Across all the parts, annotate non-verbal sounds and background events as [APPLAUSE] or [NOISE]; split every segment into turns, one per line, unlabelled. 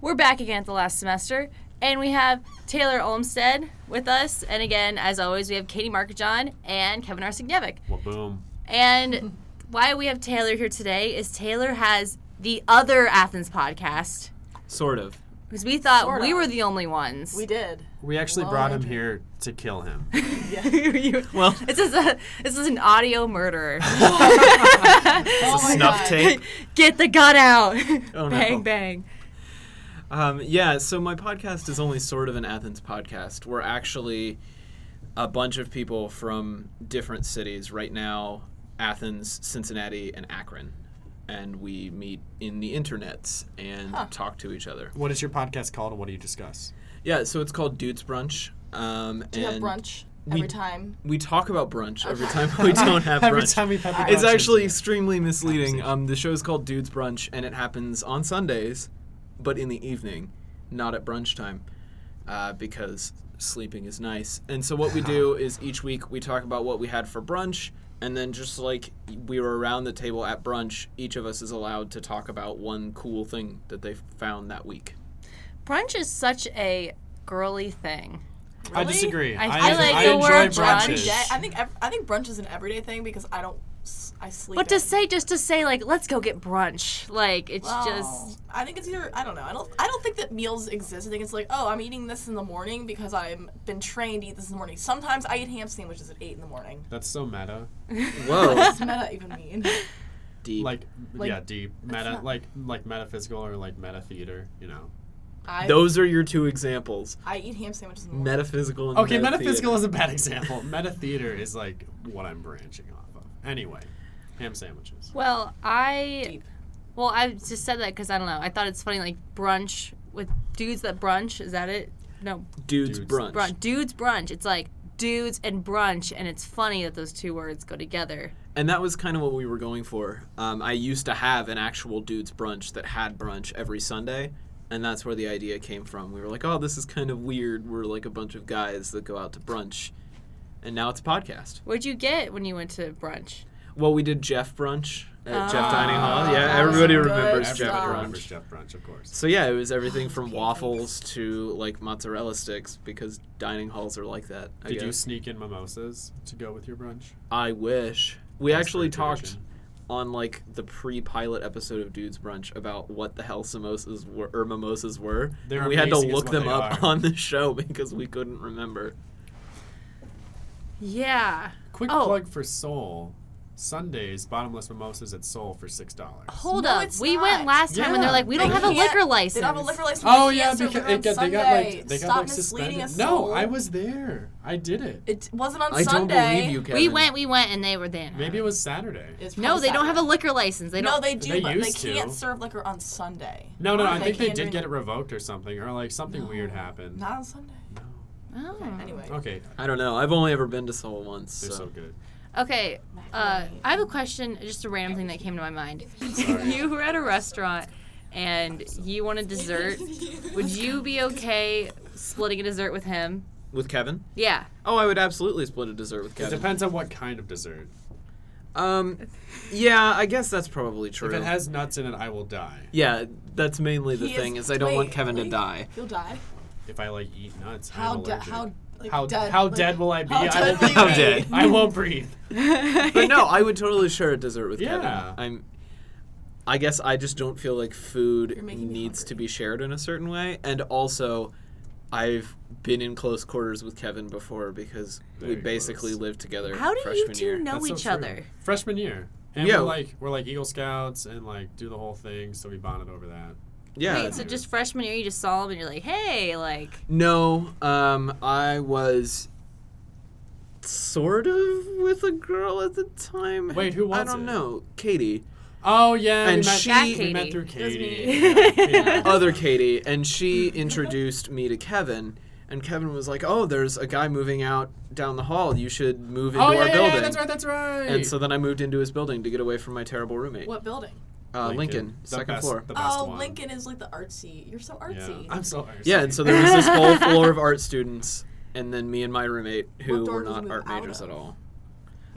We're back again at the last semester, and we have Taylor Olmstead with us. And again, as always, we have Katie Markajohn and Kevin Arsignevic.
Well, boom.
And
[LAUGHS]
why we have Taylor here today is Taylor has the other Athens podcast
Sort of.
because we thought
Sort
we
of.
were the only ones.
We did.
We actually brought him here to
[LAUGHS]
kill him.
You-
Well,
this is a this is an audio murder.
Oh my
snuff
God.
tape.
[LAUGHS] Get the gun out.
[LAUGHS] Oh,
[LAUGHS]
no.
bang bang.
Um, yeah, so my podcast is only sort of an Athens podcast. We're actually a bunch of people from different cities right now Athens, Cincinnati, and Akron. And we meet in the internets and talk to each other.
What is your podcast called and what do you discuss?
Yeah, so it's called Dudes Brunch. Um,
We have
and
brunch
we-
every time.
We talk about brunch every time we don't have brunch.
Every time we've had the
It's
brunch,
actually extremely misleading. Um, the show is called Dudes Brunch, and it happens on Sundays, but in the evening, not at brunch time, uh, because sleeping is nice. And so what we [LAUGHS] do is each week we talk about what we had for brunch, and then just like we were around the table at brunch, each of us is allowed to talk about one cool thing that they found that week.
Brunch is such a girly thing.
I disagree.
I feel like
I
the
enjoy
word
Every
brunch-
brunches.
day. I think ev- I think brunch is an everyday thing because I don't. s- I sleep.
But to
in.
say just to say like let's go get brunch like it's
Oh.
just
I think it's either. I don't know. I don't. I don't think that meals exist. I think it's like, oh, I'm eating this in the morning because I've been trained to eat this in the morning. Sometimes I eat ham sandwiches at eight in the [LAUGHS] morning.
That's so meta.
Whoa,
What does meta even mean?
deep.
Like,
Like,
yeah, deep meta, like like metaphysical or like meta theater. You know.
I
Those are your two examples:
I eat ham sandwiches in the morning.
metaphysical and
Okay,
metatheater.
metaphysical is a bad example. [LAUGHS] meta theater is like what I'm branching off of. Anyway, ham sandwiches.
well I
Deep.
well I just said that because I don't know I thought it's funny like brunch with dudes that brunch is that it no
Dudes,
Dudes.
brunch.
brunch dudes brunch it's like dudes and brunch and it's funny that those two words go together
And that was kind of what we were going for. Um, I used to have an actual dudes brunch that had brunch every Sunday, and that's where the idea came from. We were like, "Oh, this is kind of weird. We're like a bunch of guys that go out to brunch." And now it's a podcast.
what'd you get when you went to brunch
Well, we did Jeff brunch at Jeff
Ah,
Dining Hall. Yeah,
that was
everybody
good
remembers
stuff.
Jeff
Everybody
brunch.
remembers Jeff brunch, of course.
So yeah, it was everything from waffles to like mozzarella sticks because dining halls are like that. I
Did you
guess.
sneak in mimosas to go with your brunch?
I wish. We
That's
actually
pretty
talked
tradition.
on like the pre-pilot episode of Dudes Brunch about what the hell samosas were or mimosas were.
They're
and we had to
amazing is
look
what
them
they
up
are.
on the show [LAUGHS] because we couldn't remember.
yeah
Quick
Oh.
plug for Soul. Sundays, bottomless mimosas at Soul for six dollars.
hold
No,
up
it's
we
not.
went last time and they're
Yeah.
like we don't
They
have a
can't-
liquor license
They don't have a liquor license.
Oh
They
yeah,
can't serve
because
liquor on
it got, they got like they
Sunday.
got
Stop
like
misleading
suspended.
us.
No,
Soul.
I was there. I did it.
It wasn't on
I don't
Sunday.
believe you, Kevin.
we went we went and they were there
Maybe it was Saturday.
It's
no
probably
they don't have a
Saturday.
liquor license they
No,
don't
they do,
They
but they
used to.
can't serve liquor on Sunday.
No, no, I think they
can't
did
do
get it revoked or something, or like something weird happened.
Not on Sunday.
Mm.
oh.
Anyway,
Okay,
I don't know. I've only ever been to Seoul once.
they're so
So.
good.
Okay, uh, I have a question, just a random thing that came to my
[LAUGHS]
mind. [LAUGHS] If you were at a restaurant and you want a dessert, would you be okay splitting a dessert with him?
With Kevin?
Yeah.
Oh, I would absolutely split a dessert with
It
Kevin.
depends on what kind of dessert.
Um, yeah, I guess that's probably
If
true.
it has nuts in it, I will die.
yeah, that's mainly the
He
thing
is-
is I don't want
wait,
Kevin to
wait.
die.
you'll die.
If I like eat nuts,
How
I'm
de-
allergic.
how like,
how
dead?
how
like,
dead will I be?
how
I
dead
will-
will you
How
be?
dead?
I won't breathe.
but
[LAUGHS]
no, I would totally share a dessert with
Yeah.
Kevin. I'm. I guess I just don't feel like food
making me
needs to
hungry.
be shared in a certain way, and also, I've been in close quarters with Kevin before because we
Very
basically
close.
lived together.
How do you
freshman
two
year.
know
That's so
each
true.
other?
Freshman year, and
Yeah.
we're like we're like Eagle Scouts and like do the whole thing, so we bonded over that.
Yeah. Oh,
Wait, so just freshman year, you just saw him and you're like, hey, like,
no, um, I was sort of with a girl at the time.
Wait, who
I
was
don't
it?
know. Katie,
Oh yeah,
And
we met,
she-
That
we
Katie.
met through
was [LAUGHS]
Katie.
me.
Yeah, Oh, Katie.
other Katie, and she introduced me to Kevin. And Kevin was like, "Oh, there's a guy moving out down the hall. You should move into
Oh
our
yeah, yeah,
building."
yeah, that's right, that's right.
And so then I moved into his building to get away from my terrible roommate,
What building?
uh, Lincoln,
The
second
best-
floor.
the best
Oh,
one.
Lincoln is like the artsy. You're so artsy.
Yeah. I'm so artsy.
Yeah, and so there was this whole floor of art students, and then me and my roommate, who
What dorm
were
did you
not
move
art
out
majors
of?
at all,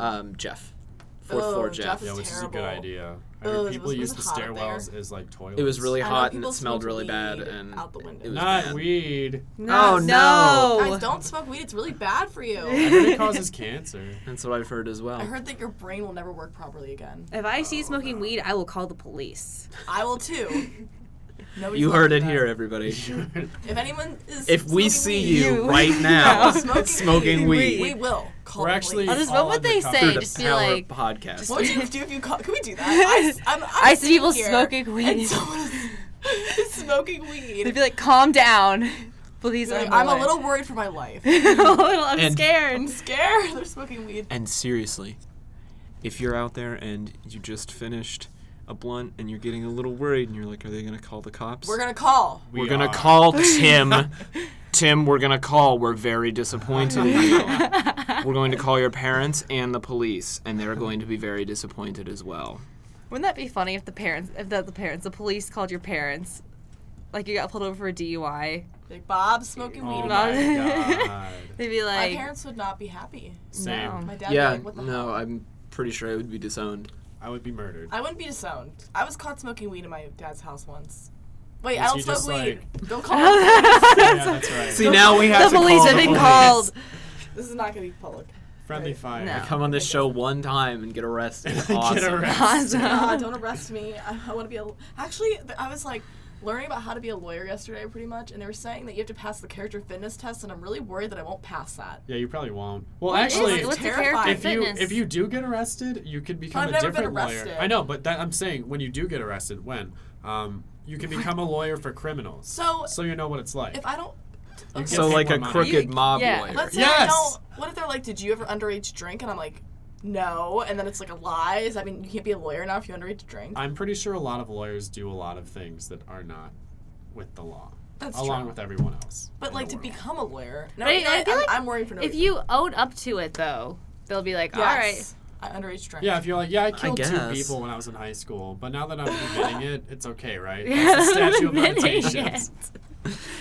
um, Jeff, Fourth
Oh,
floor, Jeff.
Jeff is
yeah, which is a good
terrible.
idea. I
Ugh,
heard
it
people
was- it
use
was
the
hot up there.
stairwells as like toilets.
It was really
I know
hot and
people
it smelled
smoked
really
weed
bad and
out the window.
It was
not
[LAUGHS]
bad.
weed.
No,
Oh,
no.
Guys, don't smoke weed. It's really bad for
[LAUGHS]
you.
I heard it causes cancer.
That's what I've heard as well.
I heard that your brain will never work properly again.
If I see you smoking weed, I will call the police.
I will too.
[LAUGHS]
Nobody
you
fucking
heard it
does.
here, everybody.
[LAUGHS] If anyone is,
if we
smoking
see
weed,
you,
You.
right
[LAUGHS]
now
Smoking
[LAUGHS] smoking
weed.
we
weed,
will call.
We're
the
actually.
police.
I'll just-
all
what would they
undercover.
say?
through
Just
the
be
power
like-
podcast.
What would you do if you call? Can we do
[LAUGHS]
that? I, am
I see people
here,
smoking weed.
[LAUGHS] And someone is [LAUGHS] smoking weed.
They'd be like, calm
[LAUGHS]
down. Please,
Like,
out of my
I'm a
way."
little worried for
[LAUGHS]
my life.
a little- Oh, I'm
And-
scared.
I'm scared. They're smoking weed.
And seriously, if you're out there and you just finished a blunt and you're getting a little worried and you're like, are they gonna call the cops?
We're gonna call.
We
We're gonna
are.
call Tim. Tim, we're gonna call. We're very disappointed in you. We're going to call your parents and the police, and they're going to be very disappointed as well.
Wouldn't that be funny if the parents, if the, the parents, the police called your parents, like you got pulled over for a DUI?
Like Bob's smoking
[LAUGHS] Oh
weed.
my
[LAUGHS]
god.
They'd be
my
like,
parents would not be happy.
Same.
No.
My dad.
yeah,
Would be like, what the
no,
Hell?
I'm pretty sure I would be disowned.
I would be murdered.
I wouldn't be disowned. I was caught smoking weed in my dad's house once. Wait,
Was
I don't
he
smoke
just
weed. Don't
[LAUGHS]
call. me.
yeah,
the
that's right.
[LAUGHS] See, now we have to
police
call
have
the
been [LAUGHS]
police.
called.
this is not gonna be public.
Friendly fire.
No.
Come on this show one time and get
[LAUGHS]
arrested.
Get
Awesome.
[LAUGHS]
arrested.
God,
Awesome.
Uh, don't arrest me. I, I want to be a. Actually, th- I was like learning about how to be a lawyer yesterday, pretty much, and they were saying that you have to pass the character fitness test, and I'm really worried that I won't pass that.
Yeah, you probably won't. Well,
What is-
actually,
it?
what's the
terrifying.
character
if you
fitness?
if you do get arrested, you could become
I've
a
never been
different lawyer.
arrested.
I know, but that, I'm saying when you do get arrested, when um, you can become a lawyer for criminals.
So-
so you know what it's like.
If I don't,
You
okay.
can't
So
take
like a
more money.
crooked
You-
mob
yeah.
lawyer.
let's say I
Yes!
don't. What if they're like, "Did you ever underage drink?" And I'm like, "No," and then it's like a lie. Is- I mean, you can't be a lawyer now if you underage drink.
I'm pretty sure a lot of lawyers do a lot of things that are not with the law,
That's
along
true.
with everyone else.
But
in
like
the
to
world.
become a lawyer, no,
But I-
you know,
I
I,
feel
am
like
I'm worried for no
If
reason.
you own up to it, though, they'll be like, all right. [LAUGHS]
Yes, I underage drink.
yeah, if you're like, yeah, I killed two
guess.
people when I was in high school, but now that I'm admitting it, it's okay, right? That's the statute of limitations.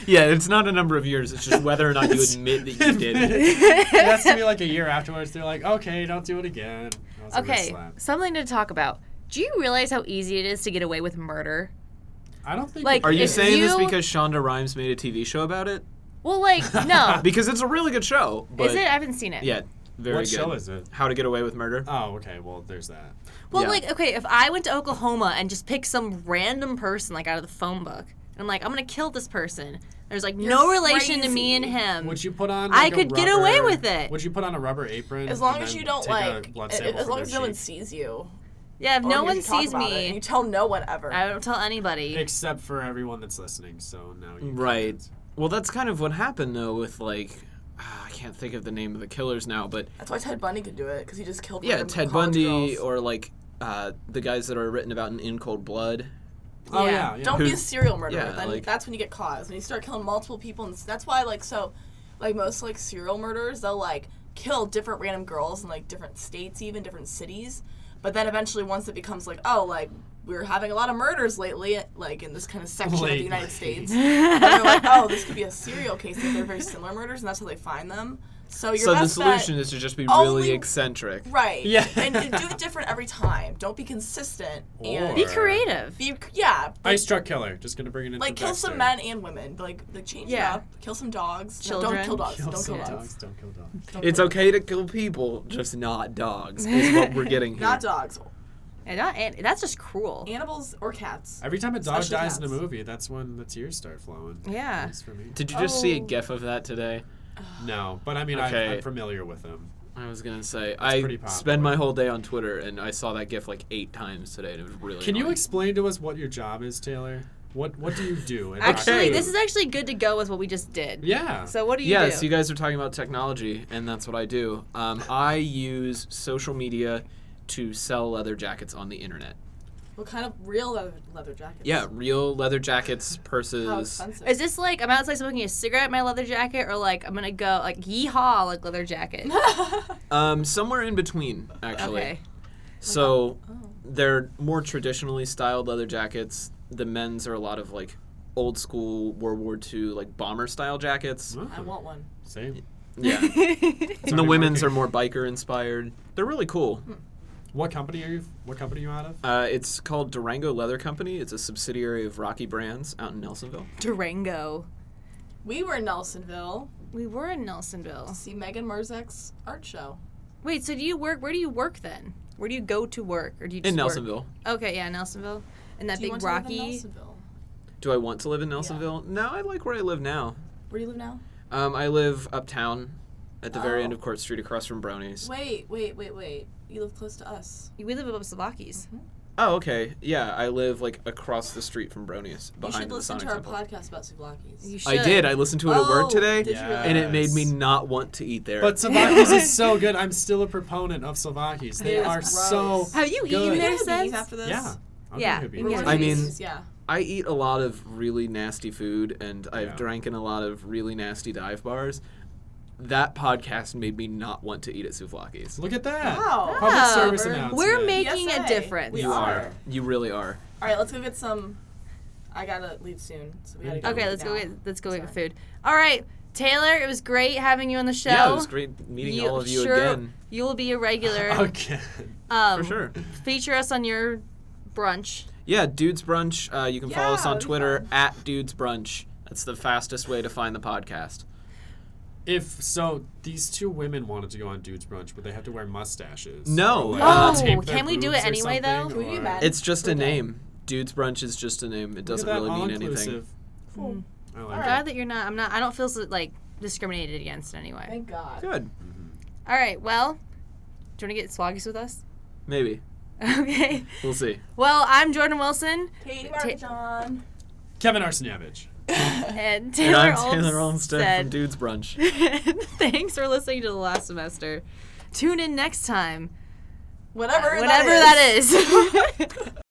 Yeah, it's not a number of years. It's just whether or not you admit
[LAUGHS]
that you did
[LAUGHS]
it.
it has to be like a year afterwards. They're like, okay, don't do it again. That was a wrist
Okay,
slap.
something to talk about. Do you realize how easy it is to get away with murder?
I don't think.
Like,
Are you
If
saying this
you-
because Shonda Rhimes made a TV show about it?
Well, like, no.
Because it's a really good show. But
is it? I haven't seen it.
Yeah, very
what
good.
show is it?
How to Get Away with Murder.
Oh, okay. Well, there's that.
Well,
Yeah.
like, okay, if I went to Oklahoma and just picked some random person, like, out of the phone book, and I'm like, I'm gonna kill this person. There's like no relation to me and
crazy.
him.
Would you put on?
I
like, a
could get away
rubber-
with it.
Would you put on a rubber apron?
As long
and
as
then
you don't
take a
like,
blood
a-
sample
as
from
long
their
as no one
cheek?
sees you,
yeah, if
or
no
you
one
just talk
sees
about it, and you
me,
tell no one ever.
I don't tell anybody.
Except for everyone that's listening. So now you.
Right.
can't.
Well, that's kind of what happened though with like ah, I can't think of the name of the killers now, but
That's why Ted Bundy could do it because he just killed.
yeah,
random
Ted
college
Bundy
girls.
or like uh, the guys that are written about in In Cold Blood.
Oh
Yeah.
yeah. yeah.
Don't be a
Who-
serial murderer.
yeah,
then
like-
that's when you get caught. is When you start killing multiple people, and s- that's why like so, like most like serial murderers, they'll like kill different random girls in like different states, even different cities. But then eventually, once it becomes like, oh, like we're having a lot of murders lately, like in this kind of section of the
Lately.
United States, and they're like, oh, this could be a serial case. Like, they're very similar murders, and that's how they find them. So your
so the
best bet-
solution is to just be really
only-
eccentric.
Right.
Yeah.
and and do it different every time. Don't be consistent. and
Be
Or-
creative.
be, yeah. but,
Ice truck killer. Just gonna bring it in.
like
for
kill
Dexter.
some men and women. Like like change
Yeah.
it up. Kill some dogs. No,
Children.
don't kill dogs.
Kill
don't
some
kill
dogs.
dogs.
Don't kill dogs.
Don't
It's
kill
okay to kill people, just not dogs. Is what
[LAUGHS]
we're getting here.
dogs. Not dogs.
And that- and that's just cruel.
Animals or cats.
Every time a dog
Especially
dies in a
cats.
movie, that's when the tears start flowing.
Yeah.
At least for me.
Did you just see a
Oh.
gif of that today?
No, but I mean,
Okay.
I, I'm familiar with them.
I was gonna say I
pretty
spend
popular.
my whole day on Twitter and I saw that gif like eight times today and it was really.
Can you
annoying.
explain to us what your job is, Taylor? What What do you do? in
Actually,
Okay.
Doctor
this
Who?
is actually good to go with what we just did.
Yeah.
So what do you
yes,
do?
you guys are talking about technology, and that's what I do. Um, I use social media to sell leather jackets on the internet.
What kind of real leather, leather jackets?
Yeah, real leather jackets,
How
purses.
expensive. [LAUGHS]
Is this like I'm outside smoking a cigarette in my leather jacket, or like I'm gonna go like yeehaw like leather jacket? [LAUGHS]
Um, somewhere in between, actually.
okay.
So
Oh.
they're more traditionally styled leather jackets. The men's are a lot of like old school World War II like bomber style jackets.
Oh,
I want one.
Same.
Yeah.
I
[LAUGHS]
and the
already
women's
working.
Mm.
are more biker inspired. They're really cool.
What company are you? What company are you out of?
Uh, it's called Durango Leather Company. It's a subsidiary of Rocky Brands out in Nelsonville.
[LAUGHS] Durango.
We were in Nelsonville
We were in
to
Nelsonville.
see Megan Marzak's art show.
Wait, so do you work? Where do you work then? Where do you go to work, or do you just
In
work?
Nelsonville.
Okay, yeah, Nelsonville, and that
Do you
big
want to live in
rocky.
Nelsonville?
Do I want to live in Nelsonville? No, I like where I live now.
Where do you live now?
Um, I live uptown at the very
Oh.
end of Court Street across from Brownies.
Wait, wait, wait, wait. You live close to us.
We live above
Mm-hmm.
Slovaki's.
Oh, okay. Yeah, I live like across the street from Brownies
You
behind
should
the
listen to
Sonic
our
Temple.
podcast about souvlaki's.
You should.
I did. I listened to it at work
Oh,
today,
did you
Yeah.
really?
and it made me
Yes.
not want to eat there.
But Slovaki's is so good. I'm still a proponent of Slovaki's. They
It is
are so.
gross.
Have you
Good.
eaten
You
there
had beef
since?
after this?
Yeah. I'll
Yeah,
give you a
you
beef.
can
We're
I
gonna
mean-
use- yeah.
I eat a lot of really nasty food, and I've
Yeah.
drank in a lot of really nasty dive bars. That podcast made me not want to eat at Souvlaki's.
Look at that.
Wow.
Public
Wow.
service
We're-
announcement.
Ah, We're making
PSA.
a difference.
We
you
are.
You really are.
All right, let's go get some. I gotta leave soon, so we gotta. Go
Mm. Okay, let's go
now.
get let's go get
Sorry.
food. All right, Taylor, it was great having you on the show.
Yeah, it was great meeting
You-
all of you
sure,
again.
You will be a
[LAUGHS]
regular.
Okay. [LAUGHS]
um,
For sure.
Feature us on your brunch.
Yeah, Dudes Brunch. Uh, you can follow
Yeah,
us on
that'd be
Twitter
fun.
at Dudes Brunch. That's the fastest way to find the podcast.
If so, these two women wanted to go on dudes brunch, but they have to wear mustaches.
No.
Or,
Oh,
tape their
can we do it
boobs or
anyway, though?
something,
Can we be
or-
mad?
It's just a
Oh, Okay.
name. Dudes Brunch is just a name. It
Look at
doesn't
that,
really mean anything.
all-inclusive.
Cool.
I
All
like
right.
it.
Glad that you're not. I'm not. I don't feel so, like discriminated against in any way.
Thank God.
Good.
All right. Well, do you want to get swaggies with us? [LAUGHS]
Maybe.
Okay.
Wewell see.
Well, I'm Jordan Wilson
Katie
Ta-
John.
Kevin Arsenevich.
and
and
Taylor,
I'm Taylor Olmstead from Dudes Brunch.
[LAUGHS] Thanks for listening to the last semester. Tune in next time,
Whatever.
whatever that is.